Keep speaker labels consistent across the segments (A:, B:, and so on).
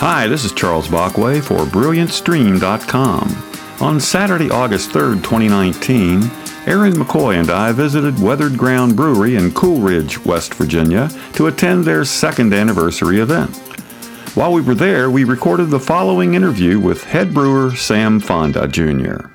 A: Hi, this is Charles Bachway for BrilliantStream.com. On Saturday, August 3rd, 2019, Aaron McCoy and I visited Weathered Ground Brewery in Coolridge, West Virginia, to attend their second anniversary event. While we were there, we recorded the following interview with head brewer Sam Fonda Jr.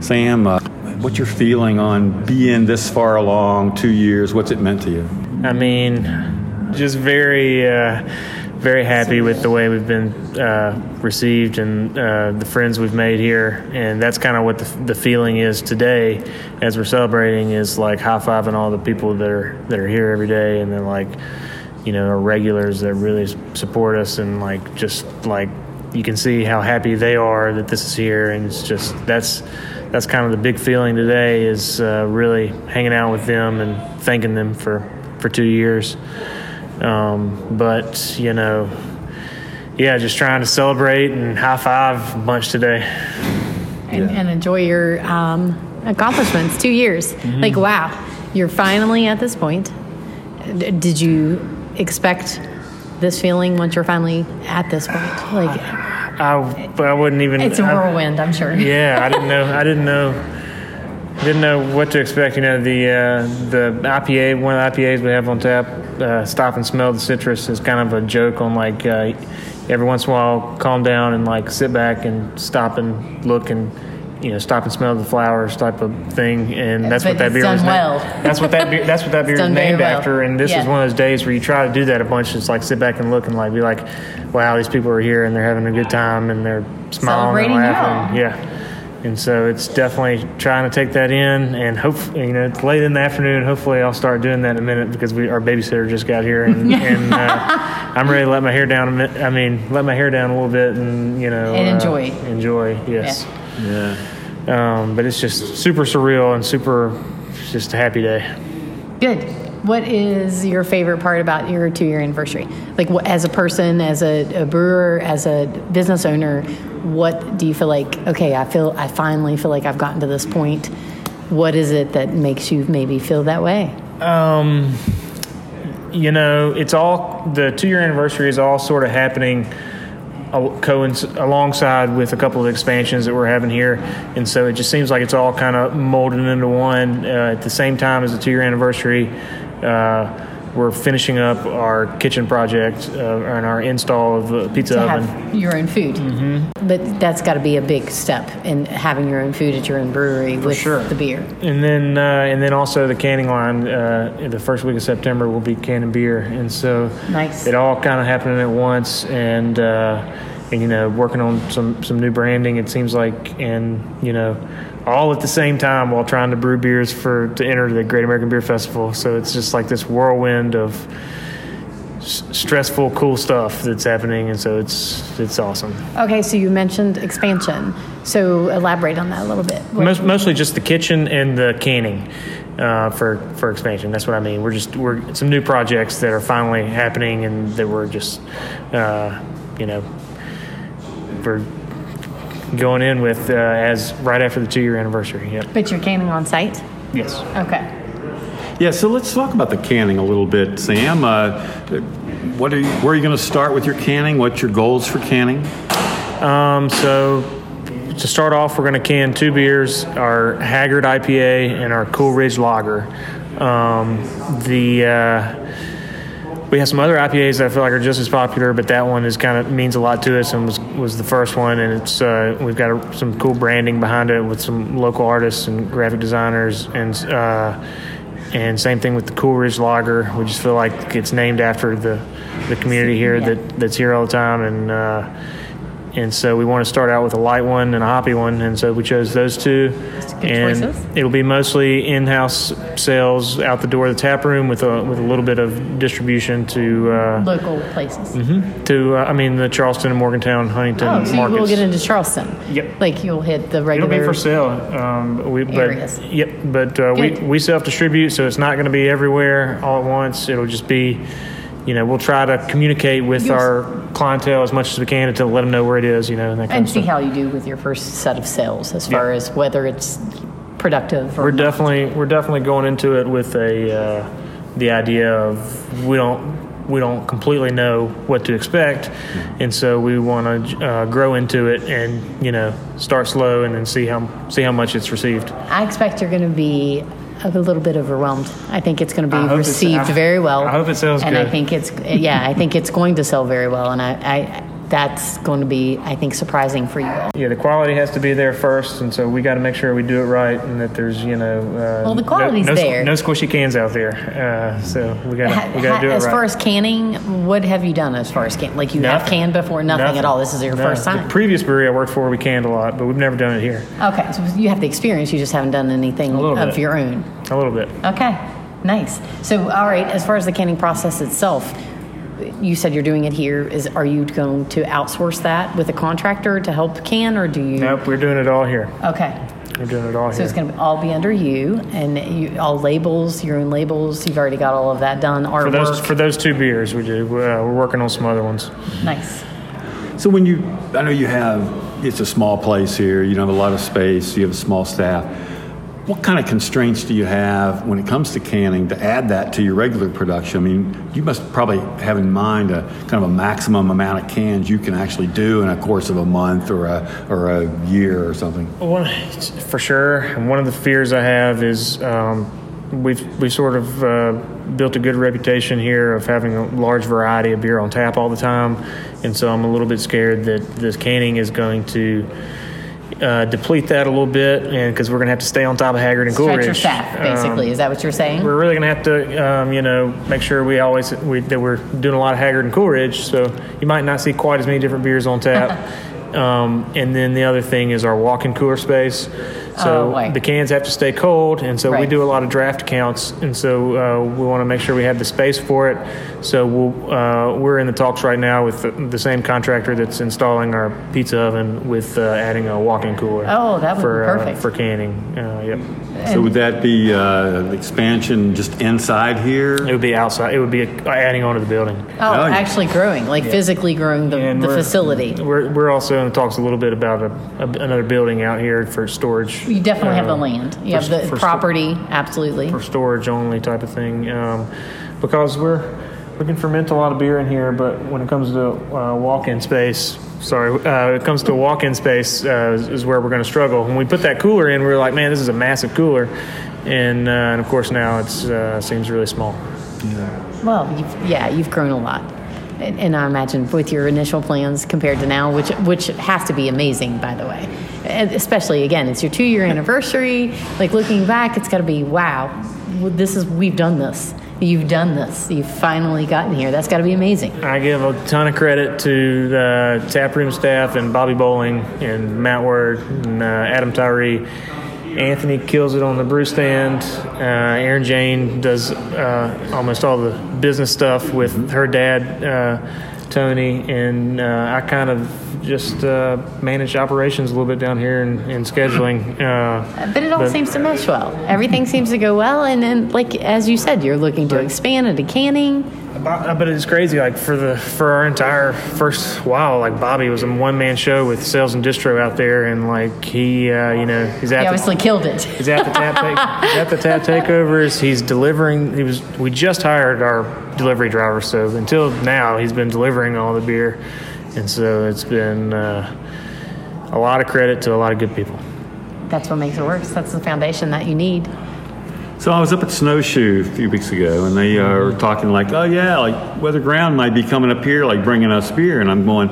A: Sam, uh, what's your feeling on being this far along, two years? What's it meant to you?
B: I mean, just very, uh, very happy with the way we've been uh, received and uh, the friends we've made here, and that's kind of what the, the feeling is today as we're celebrating. Is like high fiving all the people that are that are here every day, and then like you know our regulars that really s- support us, and like just like you can see how happy they are that this is here, and it's just that's that's kind of the big feeling today is uh, really hanging out with them and thanking them for for two years. Um, but you know, yeah, just trying to celebrate and high five a bunch today.
C: and, and enjoy your um, accomplishments. Two years,
B: Mm-hmm.
C: like wow, you're finally at this point. D- did you expect this feeling once you're finally at this point? Like
B: I, but I wouldn't even.
C: it's a
B: I-
C: whirlwind, I'm sure.
B: yeah, I didn't know. I didn't know. Didn't know what to expect. You know, the uh, the IPA, one of the IPAs we have on tap, uh, stop and smell the citrus is kind of a joke on like uh, every once in a while, calm down and like sit back and stop and look and you know stop and smell the flowers type of thing. And that's
C: But
B: what that
C: it's
B: beer
C: done
B: was
C: well.
B: named. That's what that beer. That's what that beer is
C: done very
B: named
C: well.
B: after. And this
C: Yeah.
B: is one of those days where you try to do that a bunch. It's like sit back and look and like be like, wow, these people are here and they're having a good time and they're smiling and
C: Celebrating
B: laughing.
C: now.
B: Yeah. And so it's definitely trying to take that in, and hope you know it's late in the afternoon. Hopefully, I'll start doing that in a minute because we our babysitter just got here, and, and uh, I'm ready to let my hair down. A mi- I mean, let my hair down a little bit, and you know,
C: And
B: uh,
C: enjoy.
B: enjoy, yes.
A: Yeah.
B: Um, but it's just super surreal and super, it's just a happy day.
C: Good. What is your favorite part about your two year anniversary? Like, what, as a person, as a, a brewer, as a business owner, what do you feel like? Okay, I feel I finally feel like I've gotten to this point. What is it that makes you maybe feel that way?
B: Um, you know, it's all the two year anniversary is all sort of happening al- coinc- alongside with a couple of expansions that we're having here, and so it just seems like it's all kind of molded into one uh, at the same time as the two year anniversary. Uh, we're finishing up our kitchen project uh, and our install of the pizza
C: To
B: oven.
C: have your own food,
B: Mm-hmm.
C: but that's got to be a big step in having your own food at your own brewery with
B: sure.
C: the beer.
B: and then uh, and then also the canning line uh, in the first week of September will be canning beer, and so
C: Nice.
B: It all kind of happening at once, and uh, and you know working on some some new branding. It seems like, and you know, all at the same time while trying to brew beers for to enter the Great American Beer Festival. So it's just like this whirlwind of s- stressful, cool stuff that's happening, and so it's it's awesome.
C: Okay, so you mentioned expansion. So elaborate on that a little bit. What-
B: Most, mostly just the kitchen and the canning uh, for for expansion. That's what I mean. We're just we're some new projects that are finally happening and that we're just uh, you know we're going in with uh, as right after the two year anniversary. Yep.
C: but you're canning on site.
B: Yes.
C: Okay.
A: Yeah, so let's talk about the canning a little bit, Sam. Uh, what are you, where are you going to start with your canning? What's your goals for canning?
B: Um, so to start off, we're going to can two beers: our Haggard IPA and our Cool Ridge Lager. Um, the uh, we have some other IPAs that I feel like are just as popular, but that one is kind of means a lot to us and was was the first one, and it's uh, we've got a, some cool branding behind it with some local artists and graphic designers and. Uh, and same thing with the Coolridge Lager. We just feel like it's named after the, the community here
C: Yeah.
B: that, that's here all the time, and uh, and so we want to start out with a light one and a hoppy one, and so we chose those two.
C: good
B: and
C: choices.
B: it'll be mostly in-house sales out the door of the tap room with a with a little bit of distribution to uh,
C: Local places.
B: to uh, I mean the Charleston and Morgantown, Huntington
C: Oh, so
B: markets.
C: you will get into Charleston.
B: Yep.
C: Like you'll hit the
B: It'll
C: regular.
B: be for sale. Um, but we, but,
C: Areas.
B: Yep, but uh, we,
C: Good.
B: we self distribute, so it's not going to be everywhere all at once. It'll just be, you know, we'll try to communicate with
C: Yes.
B: our clientele as much as we can to let them know where it is, you know, and that kind
C: and
B: of
C: see
B: stuff.
C: how you do with your first set of sales, as far as whether it's productive or
B: We're definitely we're definitely going into it with a uh, the idea of we don't we don't completely know what to expect, and so we want to uh, grow into it and you know start slow and then see how see how much it's received.
C: I expect you're going to be a little bit overwhelmed. I think it's going to
B: I
C: be
B: hope it's-
C: received
B: I-
C: very well.
B: I hope it sells
C: and I
B: good.
C: think it's yeah, I think it's going to sell very well, and I, I that's going to be I think surprising for you all.
B: Yeah, the quality has to be there first, and so we got to make sure we do it right and that there's you know. Uh,
C: Well, the
B: no-
C: quality's
B: no, squ-
C: there.
B: No squishy cans out there, uh, so we got to we got to
C: Ha-
B: do it
C: as
B: right.
C: far as canning, what have you done as far as can? Like you have
B: Nothing.
C: canned before, nothing, at all. This is your
B: No.
C: first time.
B: The previous brewery I worked for, we canned a lot, but we've never done it here.
C: okay, so you have the experience. You just haven't done anything
B: little
C: of
B: bit.
C: your own.
B: A little bit.
C: Okay, nice. So, all right, as far as the canning process itself, you said you're doing it here. Is are you going to outsource that with a contractor to help can, or do you?
B: Nope, we're doing it all here.
C: Okay,
B: We're doing it all
C: so
B: here.
C: it's going to all be under you, and you, all labels, your own labels. You've already got all of that done. Artwork,
B: for those for those two beers, we do. Uh, we're working on some other ones.
C: nice.
A: So when you, I know you have, it's a small place here. You don't have a lot of space. You have a small staff. What kind of constraints do you have when it comes to canning to add that to your regular production? I mean, you must probably have in mind a kind of a maximum amount of cans you can actually do in a course of a month or a or a year or something.
B: One, for sure. And one of the fears I have is um, we've we sort of uh, built a good reputation here of having a large variety of beer on tap all the time, and so I'm a little bit scared that this canning is going to. Uh, deplete that a little bit, and because we're gonna have to stay on top of Haggard and
C: Stretch
B: Coolridge.
C: your staff,
B: Um,
C: basically. is that what you're saying?
B: we're really going to have to, um, you know, make sure we always we, that we're doing a lot of Haggard and Coolridge. So you might not see quite as many different beers on tap. um, and then the other thing is our walk-in cooler space.
C: Oh,
B: So
C: right.
B: the cans have to stay cold, and so we
C: Right.
B: do a lot of draft counts, and so uh, we want to make sure we have the space for it. So we'll, uh, we're in the talks right now with the, the same contractor that's installing our pizza oven with uh, adding a walk-in cooler.
C: Oh, that would be
B: for,
C: perfect.
B: uh, for canning. Uh, yep.
A: So would that be uh, expansion just inside
B: It
A: here?
B: would be outside. It would be adding on to the building.
C: Oh,
A: Oh, yeah.
C: actually growing, like physically growing the,
B: And
C: the
B: we're-
C: facility.
B: We're, we're also in talks a little bit about a, a, another building out here for storage.
C: You definitely have the
B: uh,
C: land. You have
B: for-
C: the
B: for sto-
C: property, absolutely.
B: for storage only type of thing, um, because we're we can ferment a lot of beer in here, but when it comes to uh, walk-in space, sorry, uh, when it comes to walk-in space uh, is, is where we're going to struggle. When we put that cooler in, we were like, man, this is a massive cooler, and uh, and of course now it's uh, seems really small.
C: Well, you've, yeah, you've grown a lot, and, and I imagine with your initial plans compared to now, which which has to be amazing, by the way. And especially again, it's your two year anniversary. Like looking back, it's got to be wow. This is we've done this. You've done this. You've finally gotten here. That's got to be amazing.
B: I give a ton of credit to the taproom staff and Bobby Bowling and Matt Word and uh, Adam Tyree. Anthony kills it on the brew stand. Uh, Aaron Jane does uh, almost all the business stuff with her dad, uh, Tony, and uh, I kind of just uh, manage operations a little bit down here and, and scheduling. Uh,
C: But it all
B: But-
C: seems to mesh well. Everything seems to go well, and then like as you said, you're looking to expand into canning.
B: Bo- but it's crazy. Like for the for our entire first while, like Bobby was a one man show with sales and distro out there, and like he, uh, you know, he's at
C: You
B: the-
C: obviously killed it.
B: He's at the tap. Take, he's at the tap takeovers. He's delivering. He was. We just hired our delivery driver, so until now he's been delivering all the beer, and so it's been uh, a lot of credit to a lot of good people.
C: That's what makes it work. That's the foundation that you need.
A: So I was up at Snowshoe a few weeks ago, and they uh, were talking like, "Oh yeah, like Weather Ground might be coming up here, like bringing us beer." And I'm going,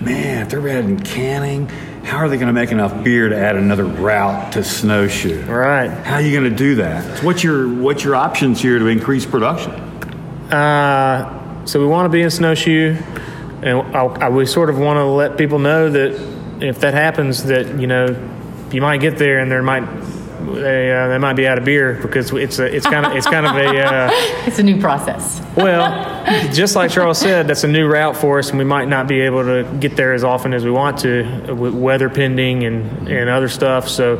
A: "Man, if they're adding canning, how are they going to make enough beer to add another route to Snowshoe?
B: All right.
A: How are you going to do that? So What's your what's your options here to increase production?
B: Uh, so we want to be in snowshoe, and I, I, we sort of want to let people know that if that happens, that you know, you might get there and there might they, uh, they might be out of beer because it's a, it's kind of it's kind of a. Uh,
C: It's a new process.
B: Well, just like Charles said, that's a new route for us, and we might not be able to get there as often as we want to, with weather pending and, and other stuff. So,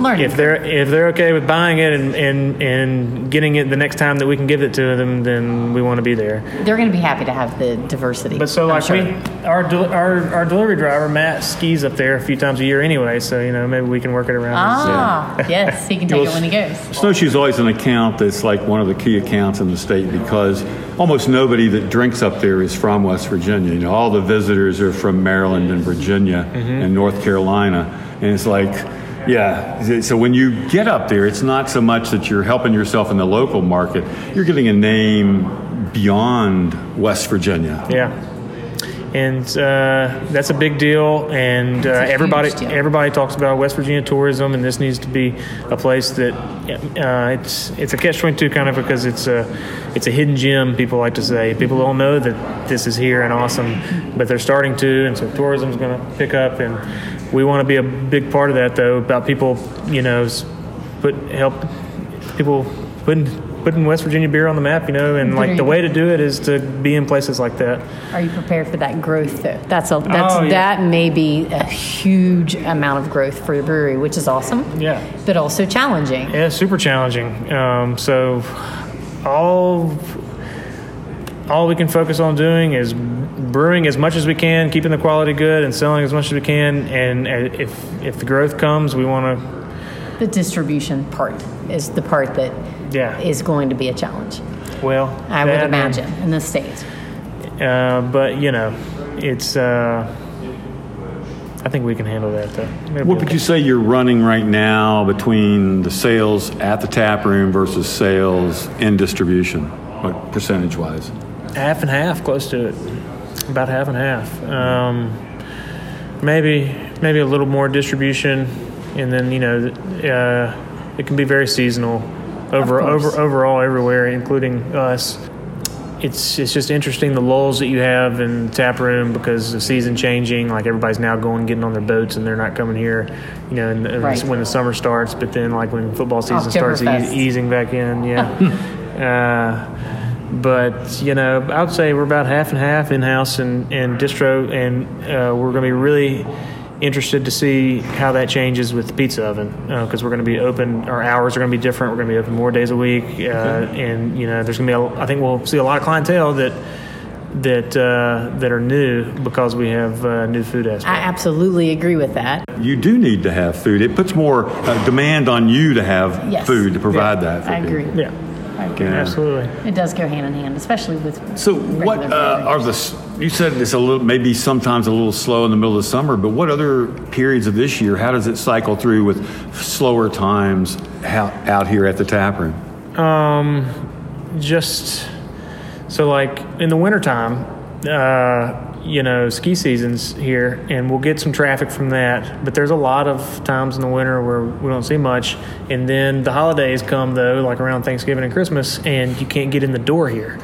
C: Learning.
B: if they're if they're okay with buying it and, and and getting it the next time that we can give it to them, then we want to be there.
C: They're going to be happy to have the diversity.
B: But so
C: I'm
B: like
C: sure.
B: we, our, del- our our delivery driver Matt skis up there a few times a year anyway, so you know maybe we can work it around.
C: Ah, yes, he can take it
A: You'll-
C: when he goes.
A: Snowshoe's always an account that's like one of the key accounts in the state because almost nobody that drinks up there is from West Virginia. You know, all the visitors are from Maryland and Virginia and North Carolina, and it's like, yeah. So when you get up there, it's not so much that you're helping yourself in the local market; you're getting a name beyond West Virginia.
B: Yeah. And uh, that's a big deal, and uh,
C: huge
B: everybody
C: deal.
B: everybody talks about West Virginia tourism, and this needs to be a place that uh, it's it's a catch twenty two kind of because it's a it's a hidden gem. People like to say people don't know that this is here and awesome, but they're starting to, and so tourism's going to pick up, and we want to be a big part of that though about people you know s- put help people putting putting West Virginia beer on the map, you know, and like the way to do it is to be in places like that.
C: Are you prepared for that growth though? That's a that's
B: Oh, yeah.
C: that may be a huge amount of growth for the brewery, which is awesome.
B: Yeah.
C: But also challenging.
B: Yeah, super challenging. Um, so all all we can focus on doing is brewing as much as we can, keeping the quality good, and selling as much as we can. And uh, if if the growth comes, we want to.
C: The distribution part is the part that is
B: Yeah.
C: going to be a challenge.
B: well, that
C: I
B: uh, and-
C: would imagine in the state.
B: Uh, but you know, it's. Uh, I think we can handle that though. It'll
A: What
B: be
A: would you say you're running right now between the sales at the tap room versus sales in distribution, like percentage wise?
B: half and half, close to it, about half and half. Um, maybe maybe a little more distribution, and then you know uh, it can be very seasonal. Over
C: Of course.
B: over overall everywhere, including us. It's it's just interesting the lulls that you have in the tap room because the season changing. Like everybody's now going getting on their boats and they're not coming here, you know, and, and
C: Right.
B: when the summer starts. But then like when football season starts,
C: Oktoberfest.
B: e- easing back in, yeah. uh, but you know, I would say we're about half and half in house and, and distro, and uh, we're going to be really interested to see how that changes with the pizza oven because we're going to be open. Our hours are going to be different. We're going to be open more days a week, uh, and you know, there's going to be. A, I think we'll see a lot of clientele that that uh, that are new because we have uh, new food
C: I
B: aspects.
C: absolutely agree with that.
A: You do need to have food. It puts more uh, demand on you to have
C: Yes.
A: food to provide that. For
C: I
A: people.
C: agree.
B: Yeah,
C: I agree.
A: Yeah.
B: absolutely.
C: It does go hand in hand, especially with
A: So, what
C: regular
A: uh,
C: brewery.
A: are the? s- You said it's a little, maybe sometimes a little slow in the middle of the summer, but what other periods of this year? How does it cycle through with slower times out, out here at the tap room?
B: just so like in the wintertime uh, you know ski seasons here and we'll get some traffic from that but there's a lot of times in the winter where we don't see much and then the holidays come though like around thanksgiving and christmas and you can't get in the door here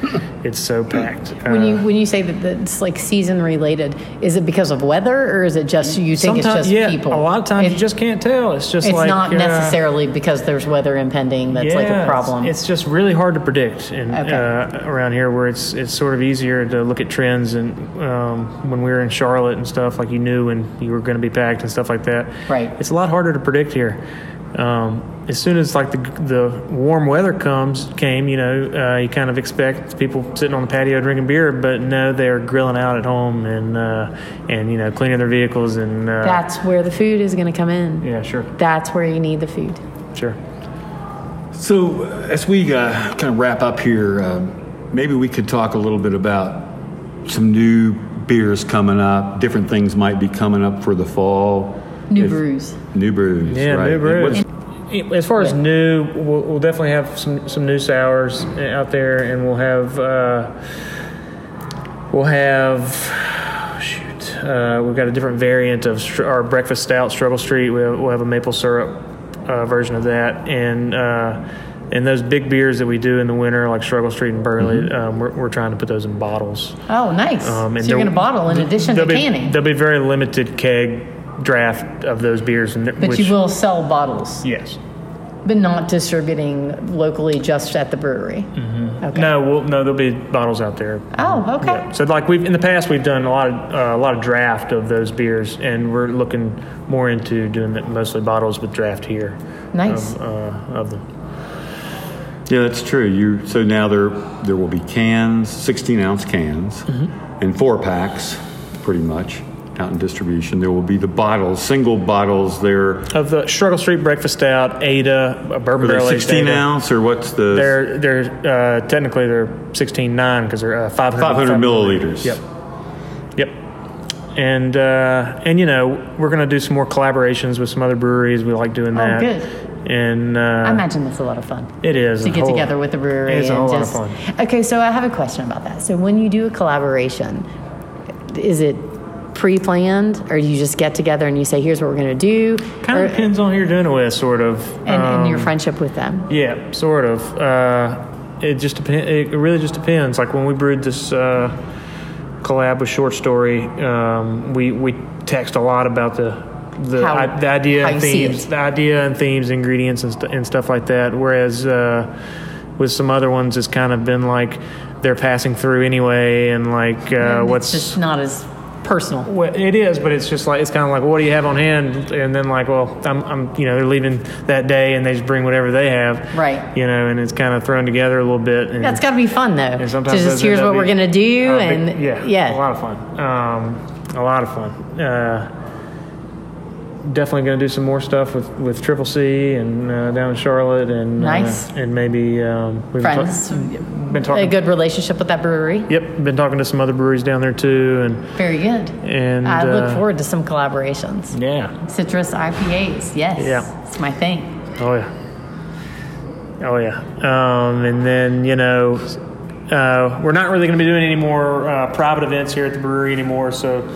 B: it's so packed
C: when you
B: Uh,
C: when you say that that it's like season related, is it because of weather or is it just you think it's
B: sometimes
C: just
B: yeah
C: people?
B: a lot of times
C: It-
B: you just can't tell it's just
C: it's
B: like
C: not
B: uh,
C: necessarily because there's weather impending that's like a
B: it's-
C: problem.
B: It's, just really hard to predict, and
C: Okay.
B: uh, around here where it's it's sort of easier to look at trends. And um, when we were in Charlotte and stuff, like you knew when you were going to be packed and stuff like that.
C: Right.
B: It's a lot harder to predict here. Um, as soon as like the the warm weather comes came, you know, uh, you kind of expect people sitting on the patio drinking beer, but no, they're grilling out at home and uh, and you know cleaning their vehicles and uh,
C: that's where the food is going to come in.
B: yeah, sure,
C: That's where you need the food.
B: sure.
A: So, uh, as we uh, kind of wrap up here, um, maybe we could talk a little bit about some new beers coming up. Different things might be coming up for the fall.
C: New
A: If-
C: brews.
A: New brews.
B: Yeah,
A: right.
B: new
A: And
B: brews.
A: what's-
B: As far as new, we'll, we'll definitely have some, some new sours out there, and we'll have uh, we'll have shoot, uh, we've got a different variant of str- our breakfast stout, Struggle Street. We'll, we'll have a maple syrup uh, version of that, and uh, and those big beers that we do in the winter, like Struggle Street and Burley, um, we're, we're trying to put those in bottles.
C: Oh, nice.
B: Um, and
C: so you're
B: there-
C: going to bottle in addition to
B: there'll be,
C: canning,
B: There'll be very limited keg draft of those beers, and
C: but you will sell bottles,
B: Yes.
C: but not distributing locally just at the brewery. Okay.
B: Mm-hmm. No, we'll, no, there'll be bottles out there.
C: Oh, okay.
B: Yeah. So, like we've in the past, we've done a lot of uh, a lot of draft of those beers, and we're looking more into doing that mostly bottles with draft here.
C: Nice.
B: Of, uh, of them.
A: yeah, that's true. You so now there there
B: Mm-hmm.
A: will be cans, sixteen ounce cans, and four packs, pretty much. out in distribution, there will be the bottles, single bottles there.
B: Of the Struggle Street Breakfast Out, Ada, a
A: Are
B: bourbon
A: they
B: barrel aged
A: 16
B: Ada.
A: ounce or what's the?
B: They're they're uh, technically they're 16.9 because they're uh, 500
A: 500 milliliters.
B: Yep. Yep. And uh, and you know we're gonna do some more collaborations with some other breweries. We like doing that.
C: Oh, good.
B: And uh,
C: I imagine that's a lot of fun.
B: it is
C: to
B: a
C: get
B: whole-
C: together with the brewery.
B: It's a
C: and
B: whole lot of
C: just,
B: fun.
C: Okay, so I have a question about that. So when you do a collaboration, is it pre-planned, or do you just get together and you say, "Here's what we're going to do,"
B: Kind
C: or-
B: of depends on who you're doing it with, sort of.
C: and, and your
B: Um,
C: friendship with them?
B: Yeah, sort of. Uh, it just depends. It really just depends. Like when we brewed this uh, collab with Short Story, um, we we text a lot about the the,
C: How-
B: I, the idea
C: how
B: and
C: you see
B: themes,
C: it.
B: the idea and themes, ingredients and, st- and stuff like that. Whereas uh, with some other ones, it's kind of been like they're passing through anyway, and like uh,
C: And
B: what's
C: it's just not as personal?
B: well, it is, but it's just like it's kind of like, what do you have on hand? And then like, well, I'm, I'm, you know, they're leaving that day, and they just bring whatever they have,
C: Right.
B: You know, and it's kind of thrown together a little bit. And
C: That's got to be fun though.
B: and
C: to
B: sometimes
C: just
B: those end
C: here's
B: up
C: what we're
B: being
C: going to do,
B: a big-
C: and
B: yeah, a lot of fun, um, a lot of fun. Uh, definitely going to do some more stuff with with Triple C and uh, down in Charlotte, and uh,
C: Nice.
B: and maybe um, we've
C: friends,
B: Been, talk- been
C: a
B: talking.
C: good relationship with that brewery.
B: Yep, been talking to some other breweries down there too, and
C: Very good.
B: and
C: I
B: uh,
C: look forward to some collaborations.
B: Yeah.
C: Citrus IPAs, yes,
B: Yeah.
C: it's my thing.
B: Oh yeah. Oh yeah. Um, and then you know, uh, we're not really going to be doing any more uh, private events here at the brewery anymore. So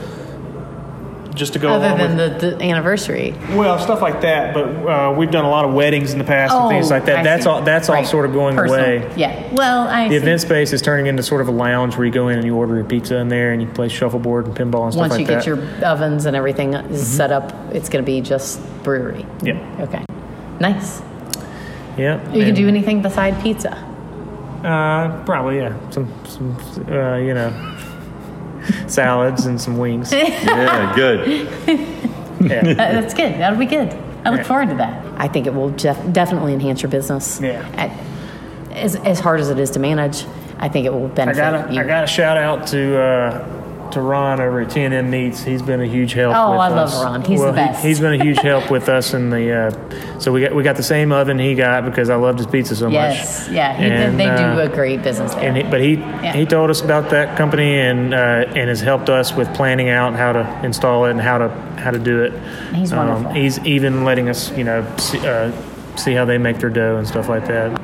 B: just to go
C: other
B: along
C: than
B: with
C: the, the anniversary.
B: well stuff like that, but uh, we've done a lot of weddings in the past and things like that.
C: Oh, I
B: that's
C: see.
B: all. That's all
C: Right.
B: sort of going
C: Personal.
B: away.
C: Yeah. Well, I
B: The
C: see.
B: event space is turning into sort of a lounge where you go in and you order your pizza in there and you play shuffleboard and pinball and stuff
C: once
B: like
C: you
B: that. Mm-hmm.
C: get your ovens and everything is set up, it's going to be just brewery.
B: yeah,
C: Okay. Nice.
B: yeah.
C: You can
B: And-
C: do anything beside pizza.
B: Uh, probably yeah. Some, some uh, you know, salads and some wings.
A: Yeah, good.
B: Yeah.
C: Uh, that's good. That'll be good. I look
B: Yeah.
C: forward to that. I think it will def- definitely enhance your business.
B: Yeah.
C: At- as, as hard as it is to manage, I think it will
B: I
C: benefit
B: got
C: you.
B: I got a shout out to uh, to Ron over at TNM Meats. He's been a huge help.
C: Oh,
B: with
C: I love
B: us.
C: Ron. He's the
B: Well, he-
C: best.
B: he's been a huge help with us in the. Uh, so we got we got the same oven he got because I loved his pizza so
C: yes.
B: much.
C: Yeah. He,
B: And,
C: they do
B: uh,
C: a great business there.
B: and he, but he
C: Yeah.
B: he told us about that company and uh, and has helped us with planning out how to install it and how to how to do it. Um,
C: He's wonderful.
B: he's even letting us you know see, uh, see how they make their dough and stuff like that.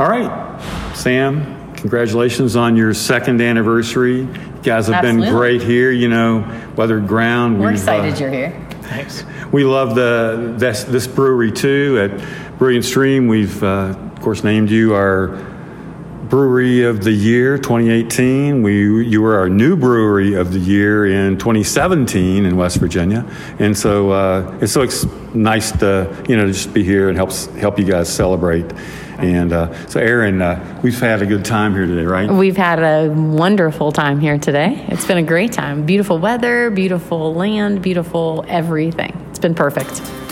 A: All right, Sam. Congratulations on your second anniversary. You guys have been
C: Absolutely.
A: great here. You know, weathered ground.
C: We're
A: We've, uh,
C: excited you're here.
B: Thanks.
A: We love the this, this brewery too at Brilliant Stream. We've uh, of course named you our brewery of the year 2018. We you were our new brewery of the year in 2017 in West Virginia, and so uh, it's so ex- nice to you know just be here and helps help you guys celebrate. And uh, so, Aaron, uh, we've had a good time here today, right?
C: We've had a wonderful time here today. It's been a great time. Beautiful weather, beautiful land, beautiful everything. It's been perfect.